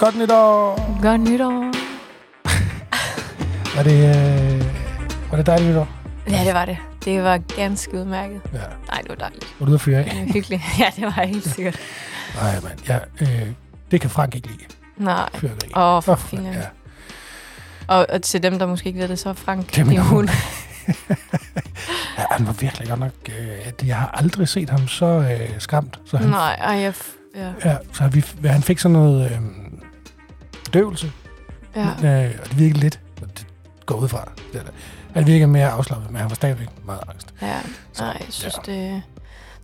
Godt nytår! Godt nytår. Var det, øh, var det dejligt nytår? Ja, det var det. Det var ganske udmærket. Ja. Nej, det var dejligt. Var du ude at fyre af? Det var hyggeligt. Ja, det var helt sikkert. Nej, mand. Ja, øh, det kan Frank ikke lide. Nej. Fyrværkeri. Åh, oh, for Åh, filan. ja. Og, og til dem, der måske ikke ved det, så er Frank Det er min din hund. hund. ja, han var virkelig godt nok... Øh, at jeg har aldrig set ham så øh, skræmt. Så han, Nej, og jeg... f- Ja, Ja, så vi, han fik sådan noget øh, bedøvelse, ja. øh, og det virkede lidt. og Det går ud fra. Det der. Han virkede mere afslappet, men han var stadigvæk meget angst. Ja, Så, nej, jeg synes det...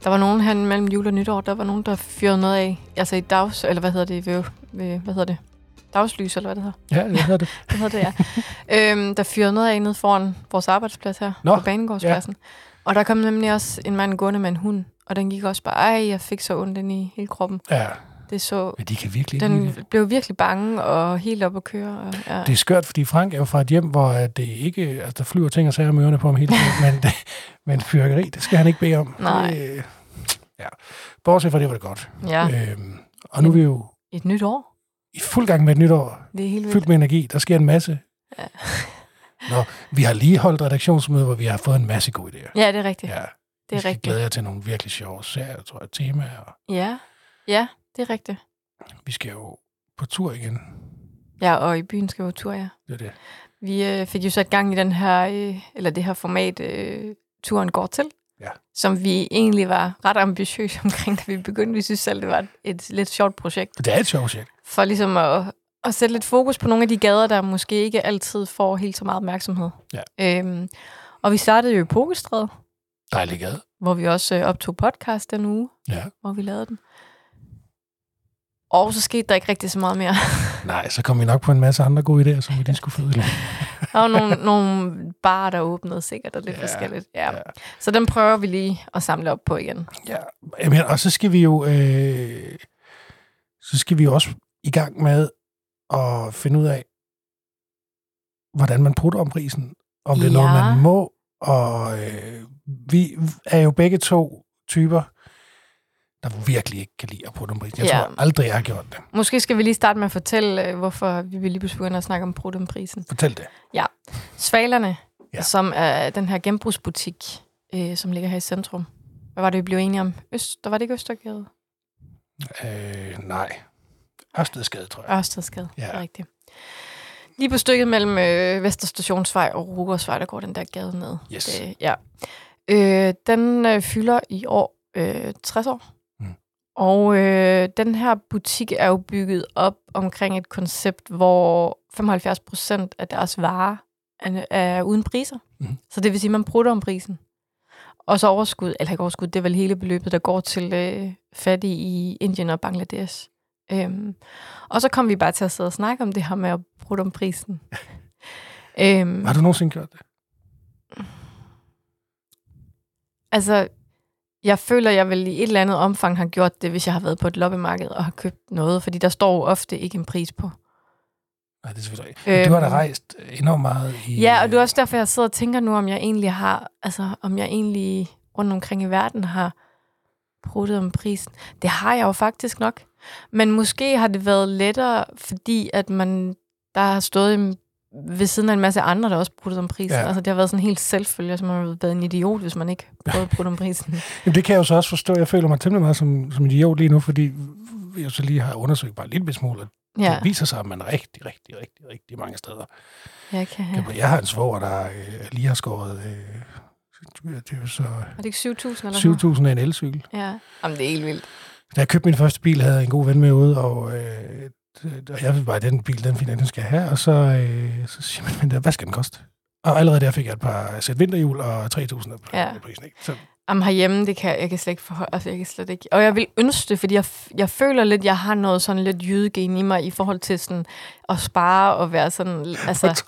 Der var nogen her mellem jul og nytår, der var nogen, der fyrede noget af. Altså i dags... Eller hvad hedder det? Ved, ved, hvad hedder det? Dagslys, eller hvad det hedder? Ja, jeg hørte det. Hvad hedder det, ja? øhm, der fyrede noget af nede foran vores arbejdsplads her, Nå, Nå, på Banegårdspladsen. Ja. Og der kom nemlig også en mand gående med en hund. Og den gik også bare, ej, jeg fik så ondt ind i hele kroppen. Ja, Det så... men de kan virkelig ikke lide det. Den blev virkelig bange og helt op at køre. Og, ja. Det er skørt, fordi Frank er jo fra et hjem, hvor at det ikke, altså, der flyver ting og sager om ørerne på ham hele tiden, men, men fyrværkeri, det skal han ikke bede om. Nej. Øh, ja. Bortset fra det var det godt. ja. Øhm, og nu er vi jo Et nyt år. i fuld gang med et nytår, Det er helt vildt. fyldt med energi, der sker en masse. Mm. Ja. Nå, vi har lige holdt redaktionsmøde, hvor vi har fået en masse gode idéer. Ja, det er rigtigt. Ja, Ja, det er Jeg rigtigt. glæder jer til nogle virkelig sjove serier, tror jeg, temaer. og Ja. ja, det er rigtigt. Vi skal jo på tur igen. Ja, og i byen skal vi på tur, ja. Det er det. Vi øh, fik jo sat gang i den her, øh, eller det her format, øh, turen går til. Ja. Som vi egentlig var ret ambitiøse omkring, da vi begyndte. Vi synes selv, det var et, et lidt sjovt projekt. Det er et sjovt projekt. For ligesom at, at sætte lidt fokus på nogle af de gader, der måske ikke altid får helt så meget opmærksomhed. Ja. Øhm, og vi startede jo i Pokestræde, Dejlig gade. hvor vi også øh, optog podcast den uge, Ja. hvor vi lavede den. Og så skete der ikke rigtig så meget mere. Nej, så kom vi nok på en masse andre gode idéer, som vi lige skulle få ud i Der var nogle, nogle barer, der åbnede sikkert, og lidt Ja, ja, forskelligt. Ja. ja. ja. Så den prøver vi lige at samle op på igen. Ja, Jamen, og så skal vi jo øh, så skal vi jo også i gang med at finde ud af, hvordan man putter om prisen, om det er noget, Ja. man må, og øh, vi er jo begge to typer, der virkelig ikke kan lide at putte om prisen. Jeg Ja. tror aldrig, jeg har gjort det. Måske skal vi lige starte med at fortælle, øh, hvorfor vi vil lige pludselig begynde at snakke om Prudum-prisen. Fortæl det. Svalerne, Ja. ja. som er den her genbrugsbutik, øh, som ligger her i centrum. Hvad var det, vi blev enige om? Øst, der var det ikke Østergade? Øh, nej. Ørstedsgade, tror jeg. Ørstedsgade, Ja. ja. det er rigtigt. Lige på stykket mellem øh, Vesterstationsvej og Rugersvej, der går den der gade ned. Yes. Det, ja. Øh, den øh, fylder i år øh, 60 år. Mm. Mm. Og øh, den her butik er jo bygget op omkring et koncept, hvor 75 procent af deres varer er, er uden priser. Mhm. Mm. Så det vil sige, at man prutter om prisen. Og så overskud, eller ikke overskud, det er vel hele beløbet, der går til øh, fattige i Indien og Bangladesh. Øhm, og så kom vi bare til at sidde og snakke om det her med at prutte om prisen. øhm, Har du nogensinde gjort det? Altså, jeg føler, jeg vel i et eller andet omfang har gjort det, hvis jeg har været på et loppemarked og har købt noget, fordi der står jo ofte ikke en pris på. Nej, det er selvfølgelig ikke. Men Du har da Øhm. rejst enormt meget i... Ja, og det er også derfor, jeg sidder og tænker nu, om jeg egentlig har, altså om jeg egentlig rundt omkring i verden har pruttet om prisen. Det har jeg jo faktisk nok. Men måske har det været lettere, fordi at man, der har stået en- ved siden af en masse andre, der også pruttet om prisen. Ja. Ja. Altså, det har været sådan helt selvfølge, som man har været en idiot, hvis man ikke prøvede at prutte om prisen. Jamen, det kan jeg jo så også forstå. Jeg føler mig temmelig meget som, som en idiot lige nu, fordi jeg så lige har undersøgt bare en lille bitte smule, og ja. Ja, det viser sig, at man rigtig, rigtig, rigtig, rigtig mange steder. jeg Ja. kan have. Jeg har en svoger, der øh, lige har skåret... Øh, det er jo så Var det ikke 7.000 eller sådan noget? 7.000 af en elcykel. Ja. Jamen, det er helt vildt. Da jeg købte min første bil, havde jeg en god ven med ude, og, øh, og jeg ville bare, den bil, den finder, jeg, den skal jeg have. Og så, øh, så siger man, "Men hvad skal den koste? Og allerede der fik jeg et par sæt vinterhjul og 3.000 af ja. Ja. prisen. Ikke? Så, Jamen herhjemme, det kan jeg, jeg kan slet ikke forholde, altså jeg kan slet ikke. Og jeg vil ønske det, fordi jeg, f- jeg føler lidt, jeg har noget sådan lidt jydegen i mig i forhold til sådan at spare og være sådan, altså,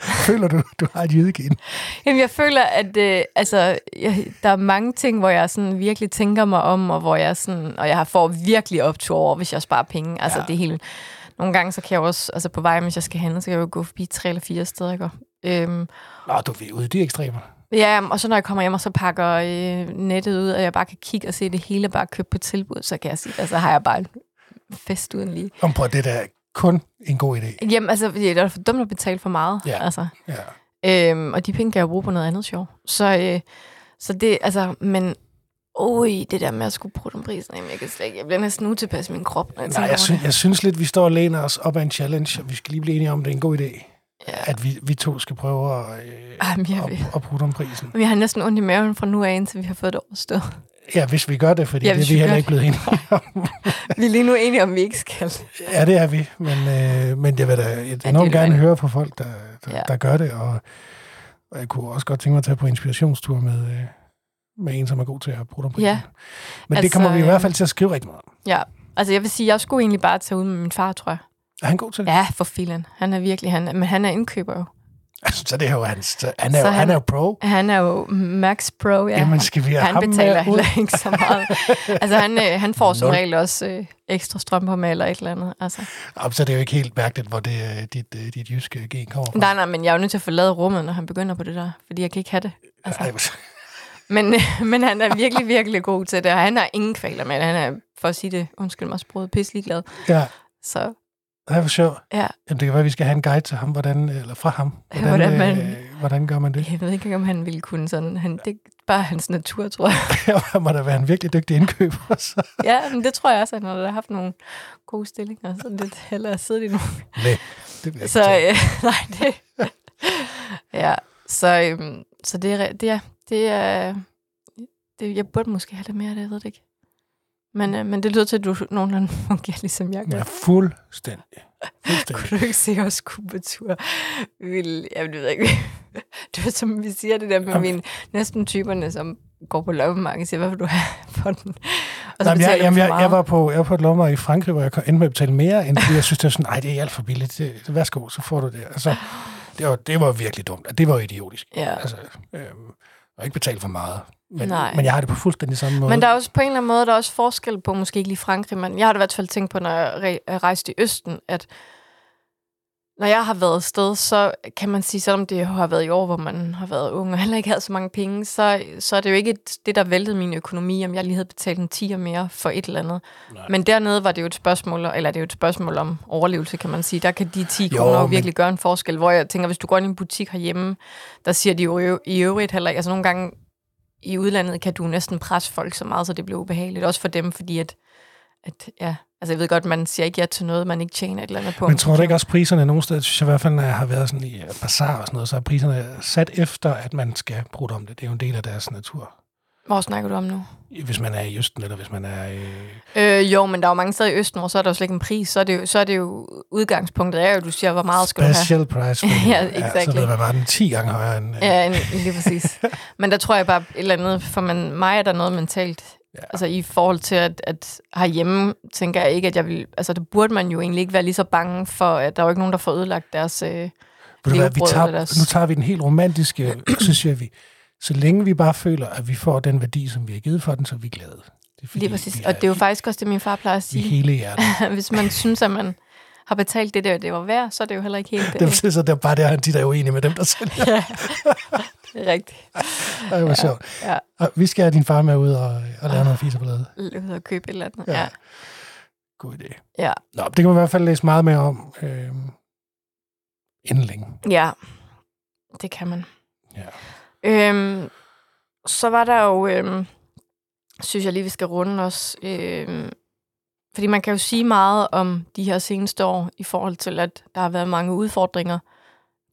føler du, du har et jydegen? jamen jeg føler, at øh, altså, jeg, der er mange ting, hvor jeg sådan virkelig tænker mig om, og hvor jeg sådan, og jeg har- får virkelig optur over, hvis jeg sparer penge. Altså Ja. ja. det er helt, nogle gange, så kan jeg jo også, altså på vej, hvis jeg skal handle, så kan jeg jo gå forbi tre eller fire steder, ikke? Og, Øhm, Nå, du er ude i de ekstremer. Ja, og så når jeg kommer hjem, og så pakker øh, nettet ud, og jeg bare kan kigge og se det hele, bare købe på tilbud, så kan jeg sige, altså har jeg bare en fest uden lige. Om på det der kun en god idé. Jamen, altså, det er da for dumt at betale for meget. Ja. Altså. Ja. Øhm, og de penge kan jeg jo bruge på noget andet sjov. Så, øh, så det, altså, men... Oj, det der med at skulle bruge den pris, nej, men jeg kan slet ikke. Jeg bliver næsten utilpas i min krop, når jeg Nej, tænker jeg, over sy- jeg synes lidt, vi står og læner os op af en challenge, og vi skal lige blive enige om, at det er en god idé, det. Ja. at vi, vi to skal prøve at, øh, Ej, men jeg, at, vil- at bruge den prisen. vi har næsten ondt i maven fra nu af, indtil vi har fået det overstået. Ja, hvis vi gør det, fordi Ja, ja, det er hvis vi vi heller gør ikke blevet enige om. vi er lige nu enige om, vi ikke skal. ja, det er vi, men, øh, men jeg vil da jeg er enormt det, gerne man- høre fra folk, der, der, ja. Ja. der gør det, og, og jeg kunne også godt tænke mig at tage på inspirationstur med, øh, med en, som er god til at bruge den prisen. Ja. Men det Altså, kommer vi i øh, hvert fald til at skrive rigtig meget om. Altså, jeg vil sige, jeg skulle egentlig bare tage ud med min far, tror jeg. Er han god til det? Ja, for filen. Han er virkelig, han, men han er indkøber jo. Altså, så det er jo hans. så Han er, Så jo, han han- er jo pro. Han er jo Max Pro, ja. Ja, Jamen, skal vi have ham han med betaler ud? heller ikke så meget. altså, han, øh, han får som Nul. regel også øh, ekstra strømper med eller et eller andet. Altså. Jamen, så er det jo ikke helt mærkeligt, hvor det, øh, dit, øh, dit jyske gen kommer fra. Nej, nej, men jeg er jo nødt til at forlade rummet, når han begynder på det der, fordi jeg kan ikke have det. Altså. Ej, hvor- Men, øh, men han er virkelig, virkelig god til det, og han har ingen kvaler med det. Han er, for at sige det, undskyld mig, sproget pisselig glad. ja, Så det var sjovt. Ja. Jamen, det kan være, at vi skal have en guide til ham, hvordan, øh, eller fra ham. Hvordan, Hvordan man- øh, hvordan gør man det? jeg ved ikke, om han ville kunne sådan. Han, det er bare hans natur, tror jeg. Han må da være en virkelig dygtig indkøber. Så. Ja, men det tror jeg også, at han har da haft nogle gode stillinger, så lidt hellere at sidde i nogle. Nej, det vil jeg ikke Så tage. øh, nej, det... ja, så, øhm, så det er... re- Det er, det er det, jeg burde måske have det mere, af det jeg ved det ikke. Men, øh, men det lyder til, at du nogenlunde fungerer, ligesom jeg gør. Ja, fuldstændig. fuldstændig. Kunne du ikke se os kubatur? Vil, jeg ved jeg ikke. Det er som vi siger det der med Jamen. mine næsten typerne, som går på loppemarked og siger, hvad vil du have for den? Og så Jamen, jeg, betaler jamen, du for jeg, jeg, meget. var på, jeg var på et lommer i Frankrig, hvor jeg kom- endte med at betale mere, end fordi jeg synes, det var sådan, nej, det er alt for billigt. Det, det- værsgo, så får du det. Altså, det, var, det var virkelig dumt. Det var jo idiotisk. Ja. Altså, øhm, og ikke betale for meget. Men, Nej. men jeg har det på fuldstændig samme måde. Men der er også på en eller anden måde, der er også forskel på, måske ikke lige Frankrig, men jeg har da i hvert fald tænkt på, når jeg re- øh, rejste i Østen, at når jeg har været afsted, så kan man sige, selvom det har været i år, hvor man har været ung og heller ikke havde så mange penge, så, så er det jo ikke et- det, der væltede min økonomi, om jeg lige havde betalt en 10'er mere for et eller andet. Nej. Nej. Men dernede var det jo et spørgsmål, eller det er jo et spørgsmål om overlevelse, kan man sige. Der kan de 10 Jo, kroner jo men- virkelig gøre en forskel, hvor jeg tænker, hvis du går ind i en butik herhjemme, der siger de jo i ø- i øvrigt heller ikke, altså nogle gange i udlandet kan du næsten presse folk så meget, så det bliver ubehageligt. Også for dem, fordi at, at ja, altså jeg ved godt, man siger ikke ja til noget, man ikke tjener et eller andet på. Men tror du ikke også, priserne nogle steder, synes jeg i hvert fald, når jeg har været sådan i øh, bazar og sådan noget, så er priserne sat efter, at man skal bruge om det. Det er jo en del af deres natur. Hvor snakker du om nu? Hvis man er i Østen, eller hvis man er... Øh, Øh, jo, men der er jo mange steder i Østen, hvor så er der jo slet ikke en pris. Så er det jo, så er det jo udgangspunktet er jo, at du siger, hvor meget skal du have. special price. Ja, så exactly. ved man bare, den 10 gange højere end... Øh, Ja, en- lige præcis. Men der tror jeg bare et eller andet, for man, mig er der noget mentalt. Ja. Ja. Altså i forhold til, at, at herhjemme tænker jeg ikke, at jeg vil... Altså der burde man jo egentlig ikke være lige så bange for, at der er jo ikke nogen, der får ødelagt deres... Øh, Ved du hvad, vi levebrød tager, eller deres- nu tager vi den helt romantiske, så siger vi, så længe vi bare føler, at vi får den værdi, som vi har givet for den, så er vi glade. Det er fordi, lige præcis. Vi Og det er jo faktisk også det, min far plejer at vi er sige. hele hjertet. Hvis man synes, at man har betalt det der, det var værd, så er det jo heller ikke helt... Dem Det, synes jeg, det er bare der, de der er uenige med dem, der sælger. det er rigtigt. Ej, hvor sjovt. Ja. Og vi skal have din far med ud og, og lave noget fiserballade. Ud og købe et eller andet. Ja. Ja. ja. God idé. Ja. Nå, det kan man i hvert fald læse meget mere om. Øh, inden længe. Ja, det kan man. Ja. Øhm, så var der jo, øhm, synes jeg lige, vi skal runde os. Øhm, fordi man kan jo sige meget om de her seneste år, i forhold til, at der har været mange udfordringer.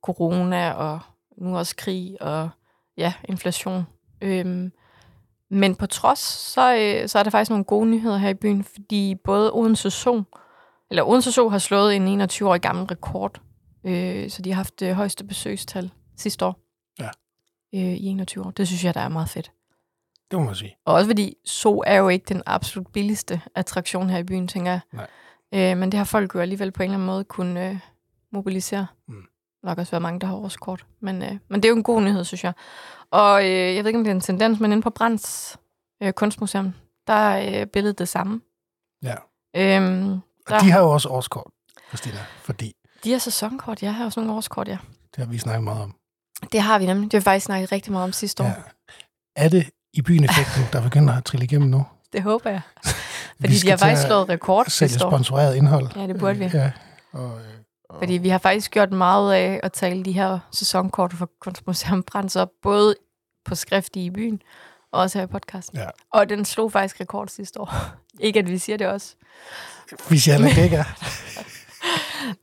Corona og nu også krig og ja, inflation. Øhm, men på trods, så, øh, så er der faktisk nogle gode nyheder her i byen, fordi både Odense Zoo, eller Odense Zoo har slået en 21-årig gammel rekord, øh, så de har haft det højeste besøgstal sidste år Ja. øh, i 21 år. Det synes jeg, der er meget fedt. Det må man sige. Og også fordi Zoo er jo ikke den absolut billigste attraktion her i byen, tænker jeg. Nej. Øh, men det har folk jo alligevel på en eller anden måde kunne øh, mobilisere. Mm. Nok også været mange, der har årskort. Men, øh, men det er jo en god nyhed, synes jeg. Og øh, jeg ved ikke, om det er en tendens, men inde på Brands øh, Kunstmuseum, der er øh, billedet det samme. Ja. Øhm, Og Der- de har jo også årskort, Christina, fordi de har sæsonkort. Jeg har også nogle årskort, ja. det har vi snakket meget om. Det har vi nemlig. Det har vi faktisk snakket rigtig meget om sidste år. Ja. Er det i byen effekten, der begynder at trille igennem nu? Det håber jeg. Vi Fordi skal de har faktisk til at slået rekord sælge sidste år. sponsoreret indhold. Ja, det burde vi. Ja, Og, øh, og, Fordi vi har faktisk gjort meget af at tale de her sæsonkort for Kunstmuseum Brands op, både på skrift i byen, og også her i podcasten. Ja. Og den slog faktisk rekord sidste år. ikke at vi siger det også. hvis jeg heller ikke er.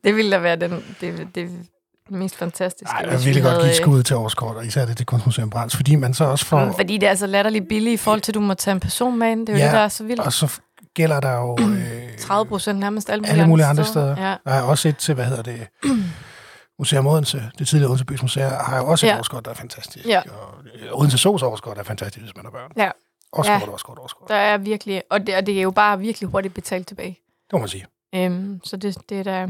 Det ville da være den, det, det mest fantastiske. Ej, jeg hvis ville vi godt havde, give et øh, skud til årskort, og især det til Kunstmuseum Brands, fordi man så også For... får... Fordi det er så latterligt billigt i forhold til, at du må tage en person med ind. Det er jo Ja, ja, det, der er så vildt. Og så gælder der jo... Øh, 30 procent nærmest alle mulige, alle mulige andre steder. Ja. Der er også et til, hvad hedder det, Museum Odense, det tidligere Odense Bys Museum, har jo også et ja. Ja. årskort, der er fantastisk. Ja. Og øh, Odense Sos årskort er fantastisk, hvis man har børn. Ja. Årskort, Ja. årskort, årskort. Der er virkelig, og det, og det er jo bare virkelig hurtigt betalt tilbage. Det må man sige. Øhm, så det, det er der.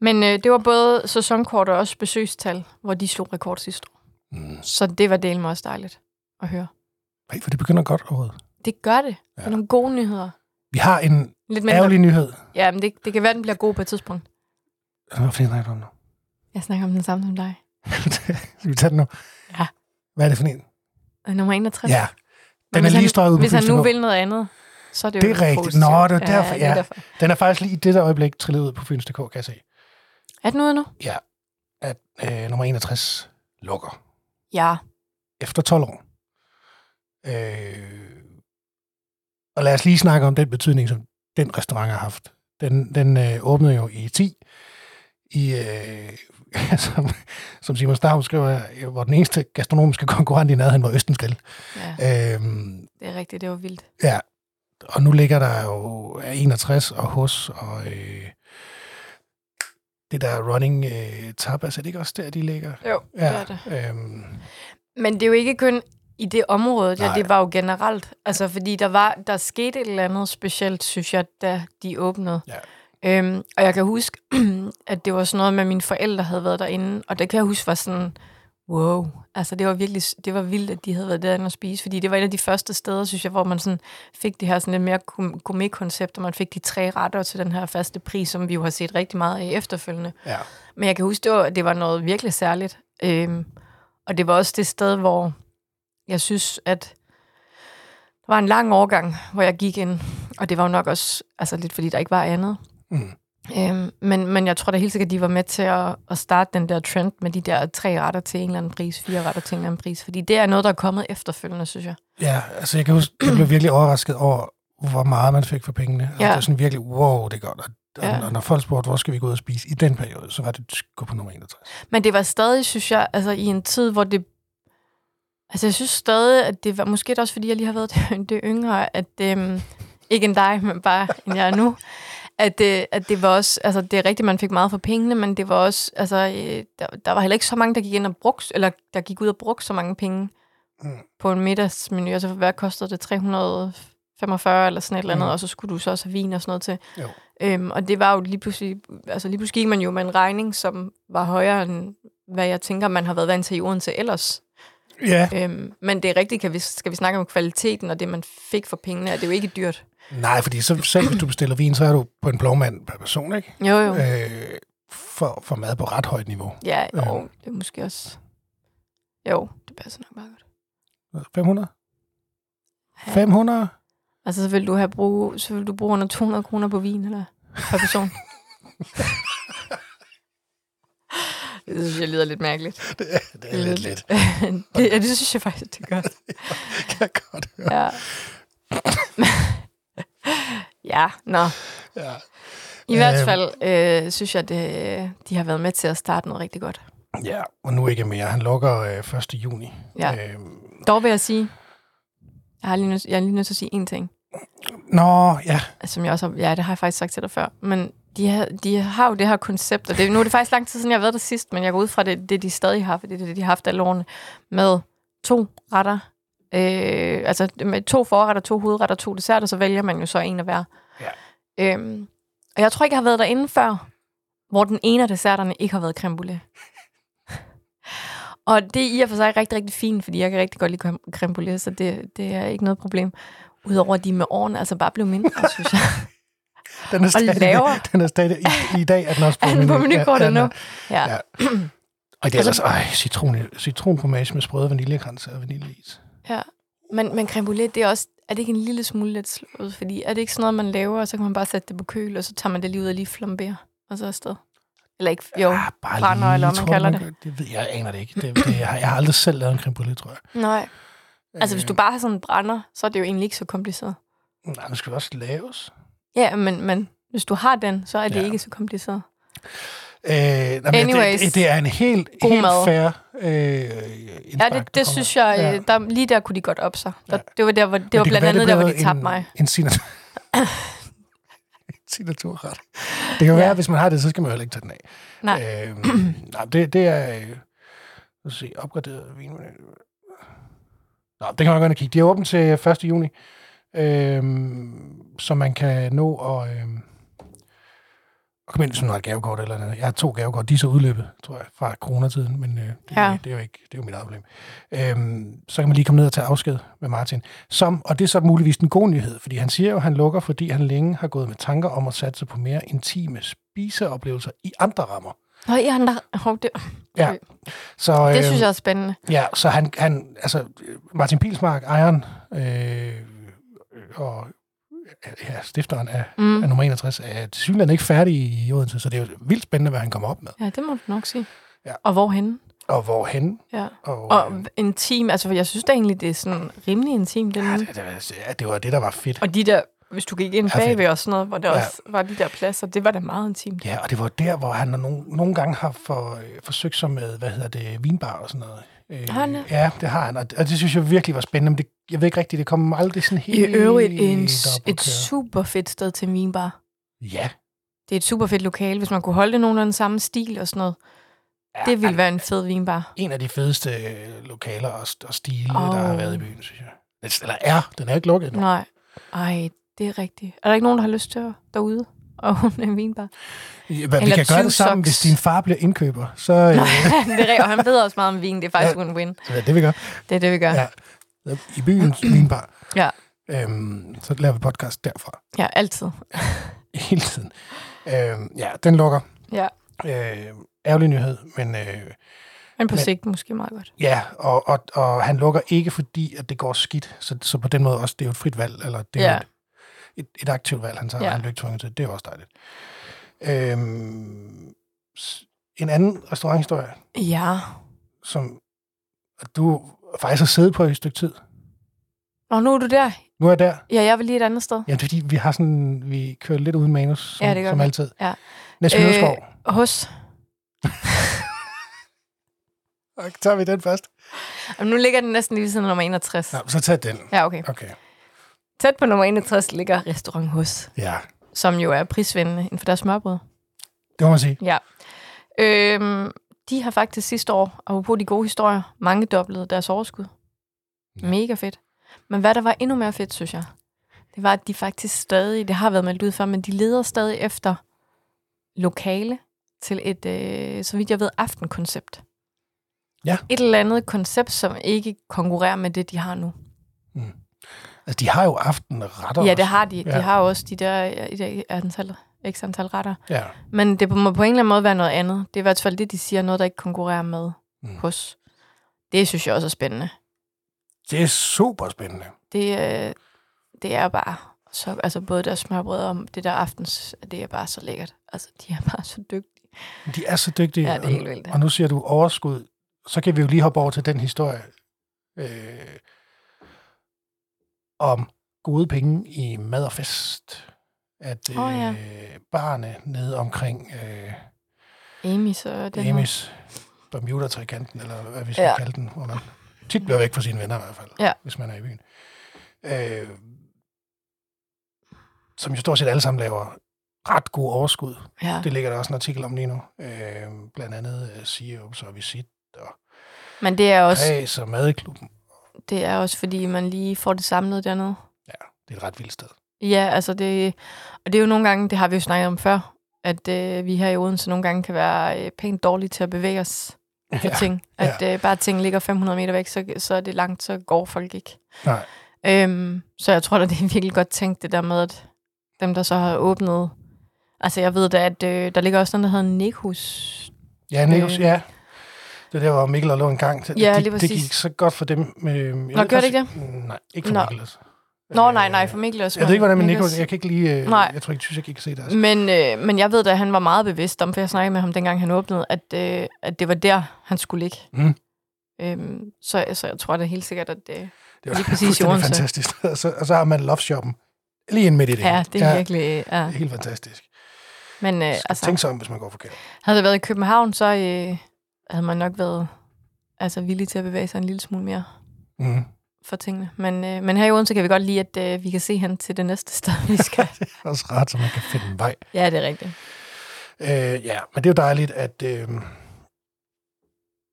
Men øh, det var både sæsonkort og også besøgstal, hvor de slog rekord sidste år. Mm. Så det var delen også dejligt at høre. Hey, for det begynder godt overhovedet. Det gør det. Det Ja. er nogle gode nyheder. Vi har en Lidt mindre. ærgerlig nyhed. Ja, men det, det kan være, den bliver god på et tidspunkt. Hvad fanden er det om nu? Jeg snakker om den samme som dig. Skal vi tage den nu? Ja. Hvad er det for en? Øh, Nummer 61. Ja. Den Men er hvis lige han- strøget ud på Hvis han nu Fyns.dk. vil noget andet, så er det jo Det er rigtigt. positivt. Nå, det er derfor, det er ja. derfor. Den er faktisk lige i det der øjeblik trillet ud på Fyns.dk, kan jeg se. Er den ude nu? At øh, nummer 61 lukker. Ja. Efter 12 år. Øh, og lad os lige snakke om den betydning, som den restaurant har haft. Den, den øh, åbnede jo i 10. I, øh, som, som Simon Stavn skriver, her, hvor den eneste gastronomiske konkurrent i nærheden var Østenskæld. ja, Øh, det er rigtigt. Det var vildt. Og nu ligger der jo er 61 og hos, og øh, det der running øh, tapas, er det ikke også der, de ligger? Jo, ja. det er det. Øhm, Men det er jo ikke kun i det område, ja, Nej. det var jo generelt. Altså, fordi der, var, der skete et eller andet specielt, synes jeg, da de åbnede. Ja. Øhm, og jeg kan huske, at det var sådan noget med, at mine forældre havde været derinde, og det kan jeg huske var sådan, wow, altså det var virkelig, det var vildt, at de havde været derinde og spise, fordi det var et af de første steder, synes jeg, hvor man sådan fik det her sådan lidt mere gour- gourmet-koncept, og man fik de tre retter til den her faste pris, som vi jo har set rigtig meget af efterfølgende. ja. Men jeg kan huske, det var, det var noget virkelig særligt. Øhm, og det var også det sted, hvor jeg synes, at der var en lang overgang, hvor jeg gik ind. Og det var jo nok også altså lidt, fordi der ikke var andet. Mm. Øhm, men, men jeg tror da helt sikkert, at de var med til at, at starte den der trend med de der tre retter til en eller anden pris, fire retter til en eller anden pris. Fordi det er noget, der er kommet efterfølgende, synes jeg. ja, altså jeg kan huske, jeg blev virkelig overrasket over, hvor meget man fik for pengene. Altså, Ja. Det var sådan virkelig, wow, det er godt. Og, og, Ja. og når folk spurgte, hvor skal vi gå ud og spise i den periode, så var det, gå på nummer 61. Men det var stadig, synes jeg, altså i en tid, hvor det... Altså jeg synes stadig, at det var... Måske er det også, fordi jeg lige har været det, det yngre, at... Øhm, ikke end dig, men bare end jeg er nu. At, øh, at det var også... Altså det er rigtigt, man fik meget for pengene, men det var også... Altså øh, der, der var heller ikke så mange, der gik ind og brugte... Eller der gik ud og brugte så mange penge Mm. på en middagsmenu. Altså hvad kostede det? 345 eller sådan et eller andet, Mm. og så skulle du så også have vin og sådan noget til. Jo. Øhm, og det var jo lige pludselig, altså lige pludselig gik man jo med en regning, som var højere end, hvad jeg tænker, man har været vant til i Odense ellers. Ja, Øhm, men det er rigtigt, kan vi, skal vi snakke om kvaliteten og det, man fik for pengene, og det er jo ikke dyrt. nej, fordi så, selv hvis du bestiller vin, så er du på en plovmand per person, ikke? Jo, jo. Øh, for, for mad på ret højt niveau. Ja, jo, Ja. det er måske også... Jo, det passer nok meget godt. 500? Ja. 500? Altså, så vil du have brug, så vil du bruge under 200 kroner på vin, eller per person. det synes jeg lyder lidt mærkeligt. Det er, det er lidt lidt. det, ja, det synes jeg faktisk, det gør. Kan jeg godt høre. Ja. ja, nå. Ja. I hvert Øhm. fald øh, synes jeg, det, de har været med til at starte noget rigtig godt. ja, og nu ikke mere. Han lukker øh, 1. juni. Ja. Øhm, Dog vil jeg sige, jeg, har lige nødt, jeg er lige nødt til at sige en ting, nå, ja. som jeg også har, ja, det har jeg faktisk sagt til dig før, men de har, de har jo det her koncept, og det, nu er det faktisk lang tid siden, jeg har været der sidst, men jeg går ud fra det, det de stadig har, for det er det, de har haft alle årene, med to retter, øh, altså med to forretter, to hovedretter, to desserter, så vælger man jo så en af hver. Ja. Øhm, og jeg tror ikke, jeg har været derinde før, hvor den ene af desserterne ikke har været creme brulee. og det er i og for sig rigtig, rigtig fint, fordi jeg kan rigtig godt lide creme- creme brulee, så det, det er ikke noget problem. Udover at de med årene altså bare blev mindre, synes jeg. Den er stadig, lavere. Den er stadig i, i dag, at den også Er den på menukortet den er- nu? Ja. Ja. ja. Og det er Og så- altså, ej, citron, citronformage med sprøde vaniljekrans og vaniljeis. ja. Men, men creme brulee, det er også... Er det ikke en lille smule lidt slået? Fordi er det ikke sådan noget, man laver, og så kan man bare sætte det på køl, og så tager man det lige ud og lige flamberer? og så afsted. Eller ikke, jo, ja, brænder, eller hvad man Ah, tror du, kalder det. gør- Det ved jeg, jeg aner det ikke. Det, det, jeg, har, jeg har aldrig selv lavet en creme brulee, tror jeg. Nej. Altså, hvis Øh, du bare har sådan en brænder, så er det jo egentlig ikke så kompliceret. Nej, den skal også laves. Ja, men, men hvis du har den, så er det Ja. ja. ikke så kompliceret. Øh, nej, men det, Anyways. det, det er en helt, God helt mad. fair øh, Ja, indspark, det, der det kommer. synes jeg, Ja. ja. der, lige der kunne de godt op sig. Der, Ja. Det var, der, hvor, det var kan blandt være, andet der, hvor de bliver tabte en, mig. En signatur. en signaturret. Det kan jo Ja. være, at hvis man har det, så skal man jo heller ikke tage den af. Nej. Øhm, nej, det, det er... øh, Lad os se, opgraderet vin. Nå, det kan man gå ind og kigge. De er åbent til 1. juni, øhm, så man kan nå at, øhm, at komme ind, hvis man har et gavekort eller noget. Jeg har to gavekort, de er så udløbet, tror jeg, fra coronatiden, men øh, det, ja. Ja. det, er jo ikke, det er jo mit eget problem. Øhm, så kan man lige komme ned og tage afsked med Martin. Som, og det er så muligvis en god nyhed, fordi han siger jo, at han lukker, fordi han længe har gået med tanker om at satse på mere intime spiseoplevelser i andre rammer. Nå, ja, der, oh, det, Ja. Så, øhm, det synes jeg er spændende. Ja, så han, han altså øh, Martin Pilsmark, ejeren øh, og øh, ja, stifteren af, Mm. af nummer 61, er til synligheden ikke færdig i Odense, så det er jo vildt spændende, hvad han kommer op med. Ja, det må du nok sige. Ja. Ja. Og hvorhen? Og hvorhen. Ja. Og, øh, Og intim, altså for jeg synes da egentlig, det er sådan rimelig intimt. Den, ja, ja, det, det, var- ja, det var det, der var fedt. og de der, hvis du gik ind Ja, fedt. bagved og sådan noget, hvor der Ja. ja. også var de der pladser, det var da meget intimt. Ja, og det var der, hvor han nogle, nogle gange har for, øh, forsøgt sig med, hvad hedder det, vinbar og sådan noget. Øh, Har han det? Ja, det har han, og, og det synes jeg virkelig var spændende, men det, jeg ved ikke rigtigt, det kom aldrig sådan helt I øvrigt en, op at et køre. super fedt sted til en vinbar. Ja. Det er et super fedt lokale, hvis man kunne holde det nogenlunde samme stil og sådan noget. ja. Det altså, ville være en fed vinbar. en af de fedeste øh, lokaler og, st- og stile, oh. Åh. der har været i byen, synes jeg. Den- Eller er, den er ikke lukket endnu. Nej. Ej, det er rigtigt. Er der ikke nogen, der har lyst til at derude og åbne en vinbar? Ja, hvad- Vi Eller kan gøre det Tyvsoks. sammen, hvis din far bliver indkøber. Så øh, Nej, det er rigtigt, og han ved også meget om vin. Det er faktisk Ja. win-win. så det er det, vi gør. Det er det, vi gør. Ja. I byen, vinbar. Ja. Øhm, så laver vi podcast derfra. Ja, altid. Hele tiden. Øhm, ja, den lukker. Ja. Øh, ærgerlig nyhed, men øh, Men på Men- sigt måske meget godt. ja, og, og, og han lukker ikke fordi, at det går skidt, så, så på den måde også, det er jo et frit valg, eller det er ja. Ja. et, et, et aktivt valg, han tager, ja. Ja. han bliver ikke tvunget til, det er jo også dejligt. Øhm, s- en anden restauranthistorie, Ja. som du faktisk har siddet på i et stykke tid. Og nu er du der. Nu er jeg der. Ja, jeg vil lige et andet sted. Ja, det er fordi, vi har sådan, vi kører lidt uden manus, som, Ja, ja, det det gør som vi. altid. Ja. Næsten Øh. øh... Hos. Og tager vi den først? Jamen, nu ligger den næsten lige ved siden af nummer 61. Nå, så tag den. Ja, okay. Okay. Tæt på nummer 61 ligger Restaurant Hos, Ja, som jo er prisvindende inden for deres smørbrød. det må man sige. Ja. Øhm, de har faktisk sidste år, apropos de gode historier, mange dobblet deres overskud. Ja. Mega fedt. Men hvad der var endnu mere fedt, synes jeg, det var, at de faktisk stadig, det har været meldt ud før, men de leder stadig efter lokale til et, øh, så vidt jeg ved, aftenkoncept. Ja. Et eller andet koncept, som ikke konkurrerer med det, de har nu. Altså, de har jo aftenretter. Ja, også. det har de. De Ja. har jo også de der øh, de der antal, x antal retter. Ja. Men det må på en eller anden måde være noget andet. Det er i hvert fald det, de siger, noget, der ikke konkurrerer med Mm. mm. hos. Det synes jeg også er spændende. Det er super spændende. Det, øh, det er bare, så, altså både deres smørbrød og det der aftens, det er bare så lækkert. Altså, de er bare så dygtige. De er så dygtige. Ja, det er helt vildt. Og, og nu siger du overskud. Så kan vi jo lige hoppe over til den historie øh, om gode penge i mad og fest. At øh, Åh, ja. barne nede omkring øh, Amy, så den her. Amys Bermuda-trikanten, eller hvad vi skal ja. Ja. kalde den, hvor man tit bliver væk fra sine venner i hvert fald, Ja. hvis man er i byen. Øh, som jo stort set alle sammen laver ret gode overskud Ja. Det ligger der også en artikel om lige nu. Øh, blandt andet øh, Sieums og Visit og Men det er, også, Præs og Madklubben. det er også, fordi man lige får det samlet dernede. Ja, det er et ret vildt sted. Ja, altså det, og det er jo nogle gange, det har vi jo snakket om før, at øh, vi her i Odense nogle gange kan være øh, pænt dårlige til at bevæge os for Ja, ting. At øh, bare ting ligger 500 meter væk, så, så er det langt, så går folk ikke. Nej. Øhm, så jeg tror da, det er virkelig godt tænkt, det der med, at dem, der så har åbnet... Altså, jeg ved da, at øh, der ligger også noget, der hedder Nikhus. Ja, Nikos, Øh. ja. Det der, hvor Mikkel og lå en gang. Det, Ja, det, lige det præcis. gik så godt for dem. Øh, Nå, gjorde det ikke det? Nej, ikke for Nå. Mikkel. altså. Nå, nej, nej, for Mikkel også. Jeg ved ikke, hvordan med Nikos, Niklas. jeg kan ikke lige, øh, Nej. jeg tror ikke, synes, jeg kan se det. Altså. Men, øh, men jeg ved da, at han var meget bevidst om, for jeg snakkede med ham, dengang han åbnede, at, øh, at det var der, han skulle ligge. Mm. Øhm, så, så jeg tror da helt sikkert, at øh, det, Det var lige præcis i fuldstændig Odense. fantastisk. og, så, og så har man Love Shoppen lige ind midt i det. ja, hele. det er ja. virkelig... Ja. Det er helt fantastisk. Men øh, Altså. altså, Tænk sig om, hvis man går forkert. havde det været i København, så øh, havde man nok været altså, villig til at bevæge sig en lille smule mere Mm. for tingene. Men, øh, men her i Odense kan vi godt lide, at øh, vi kan se hen til det næste sted, vi skal. Det er også ret, så man kan finde en vej. ja, det er rigtigt. Øh, ja, men det er jo dejligt, at, øh,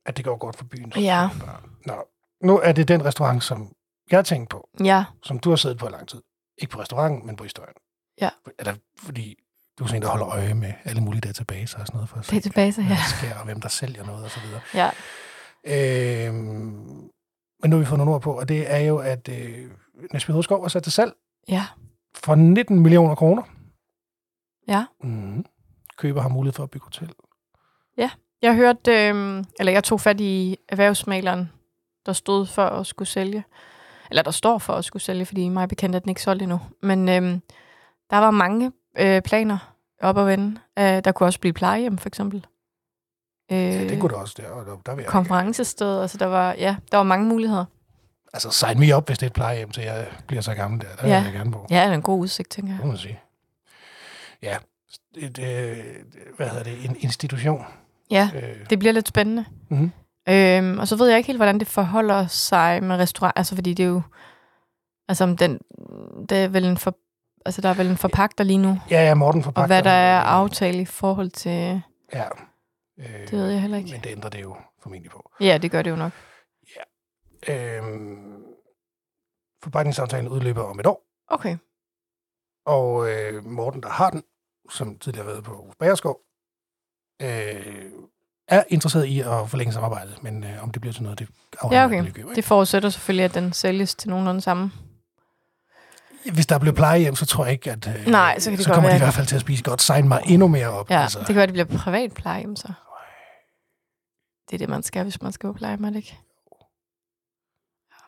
at det går godt for byen. Ja. Nå, nu er det den restaurant, som jeg tænkte på, Ja, som du har siddet på i lang tid. Ikke på restauranten, men på historien. Ja. Eller, fordi du er sådan en, der holder øje med alle mulige databaser og sådan noget. For at se, database, hvad ja. der sker, og hvem der sælger noget og så videre. ja. Øh, men nu har vi fået nogle ord på, og det er jo, at øh, Næsby Hovedskov er sat til salg Ja, for 19 millioner kroner. Ja. Mm. Køber har mulighed for at bygge hotel. jeg hørte, øh, eller jeg tog fat i erhvervsmaleren, der stod for at skulle sælge. Eller der står for at skulle sælge, fordi mig bekendt er den ikke solgt endnu. Men øh, der var mange øh, planer op at vende. Øh, der kunne også blive plejehjem, for eksempel. Øh, Ja, det kunne der også. Der, og der, der vil jeg, konferencested, altså der var, ja, der var mange muligheder. altså, sign me op, hvis det er et plejehjem, til jeg bliver så gammel der. Der ja. Ja. vil jeg gerne bo. Ja, det er en god udsigt, tænker Det jeg. må man sige. Ja. Et, øh, hvad hedder det? En institution. Ja, Øh, det bliver lidt spændende. Mhm. Øhm, og så ved jeg ikke helt, hvordan det forholder sig med restaurant, altså fordi det er jo, altså om den, det er vel en for, altså der er vel en forpagter lige nu, ja, ja, Morten og forpagter. hvad der er aftale i forhold til, Ja. Øh, det ved jeg heller ikke. Men det ændrer det jo formentlig på. Ja, det gør det jo nok. Øhm, forpagtningsaftalen udløber om et år, Okay, og øh, Morten, der har den, som tidligere har været på Aarhus Bagerskov, øh, er interesseret i at forlænge samarbejdet, men øh, om det bliver til noget, det afhænger Ja, af okay. den nye køber, ikke? det forudsætter selvfølgelig, at den sælges til nogenlunde samme. Hvis der blev plejehjem, så tror jeg ikke, at øh, Nej, så kan det så godt kommer de i være. hvert fald til at spise godt. Sign mig endnu mere op. altså. Ja, det kan være, det bliver privat plejehjem så. Det er det, man skal, hvis man skal på plejehjem, er det ikke?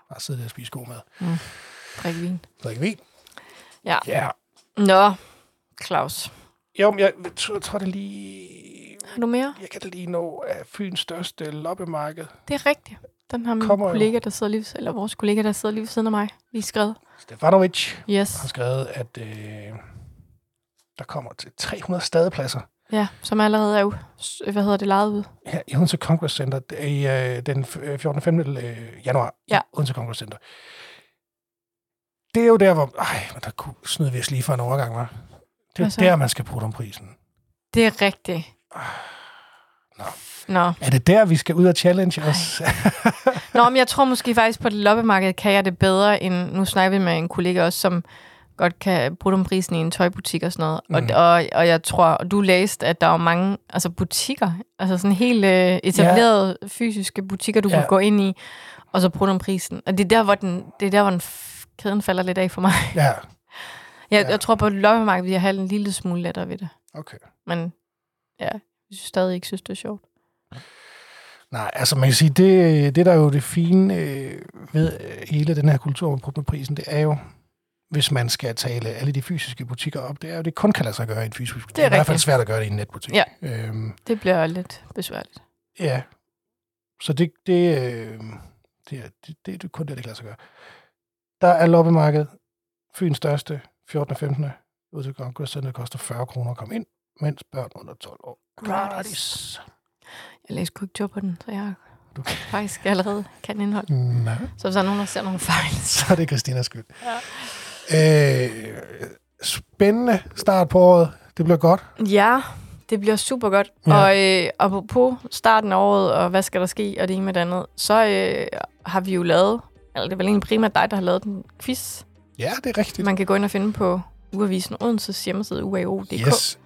Bare sidde der og spise god mad. Drikke vin. Drikke vin. Ja. ja. Nå, Claus. Jo, men jeg tror, tror det lige... Har du mere? Jeg kan da lige nå, at Fyns største loppemarked Det er rigtigt. Den har min Kommer jo. kollega, der sidder lige, ved- eller vores kollega, der sidder lige ved siden af mig, lige skrevet. Stefanovic har Yes. skrevet, at øh, der kommer til 300 stadepladser Ja, som allerede er jo, hvad hedder det, lejet ud. her i Odense Congress Center d- i, øh, den f- øh, 14. og 15. Øh, januar Ja. i Odense Congress Center. Det er jo der, hvor... Ej, men der kunne snyde vi os lige for en overgang, var. Det er Hvad så? der, man skal bruge om prisen. Det er rigtigt. Ah. Nå. Nå. Er det der, vi skal ud og challenge os? Nå, men jeg tror måske faktisk på et loppemarked kan jeg det bedre end... Nu snakker vi med en kollega også, som godt kan bruge den prisen i en tøjbutik og sådan noget. Mm. Mm. Og, og, og jeg tror, og du læste, at der var mange altså butikker, altså sådan helt øh, etablerede ja. fysiske butikker, du Ja. ja. kunne gå ind i, og så bruge den prisen. Og det er der, hvor den, det er der, hvor den f- kæden falder lidt af for mig. ja, Jeg, Ja. ja. jeg tror på et loppemarked, vi har halv en lille smule lettere ved det. okay. Men ja, jeg synes stadig ikke, synes det er sjovt. Nej, altså man kan sige, det, det der er jo det fine øh, ved øh, hele den her kultur med med prisen, det er jo, hvis man skal tale alle de fysiske butikker op, det er jo, det kun kan lade sig gøre i en fysisk butik. Det er i hvert fald rigtigt. svært at gøre det i en netbutik. Ja. Øhm, Det bliver lidt besværligt. ja. Så det, det, øh, det, er, det, det, det er kun det, det kan lade sig gøre. Der er loppemarked, Fyns største, 14. og 15. ud til konkurscenteret koster 40 kroner at komme ind, mens børn under 12 år. Gratis. Gratis. Jeg læste korrektur på den, så jeg Du kan... faktisk allerede kan indhold. Nej. Så hvis der er nogen, der ser nogle fejl. så er det Christinas skyld. Ja. Øh, spændende start på året. Det bliver godt. Ja, det bliver super godt. Ja. Ja. Og øh, apropos starten af året, og hvad skal der ske, og det ene med det andet, så øh, har vi jo lavet, eller det er vel egentlig primært dig, der har lavet den quiz, Ja, det er rigtigt. man kan gå ind og finde på Ugeavisen Odenses hjemmeside, uao.dk. yes.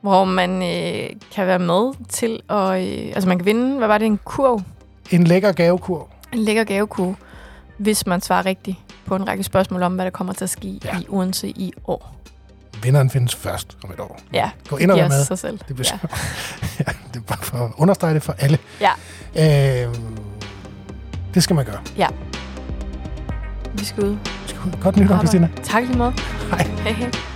hvor man øh, kan være med til at... Øh, altså man kan vinde, hvad var det, en kurv? En lækker gavekurv. En lækker gavekurv, hvis man svarer rigtigt på en række spørgsmål om, hvad der kommer til at ske Ja. ja. i Odense i år. Vinderen findes først om et år. Ja, Gå ind og det vær giver med. sig selv. Det, bliver ja. ja. ja, det er bare for at understrege det for alle. Øhm, Ja. Øh, det skal man gøre. Vi skal ud. Skud. Godt nytår, Arbejde. Christina. Tak lige meget. Hej. Hej, hej.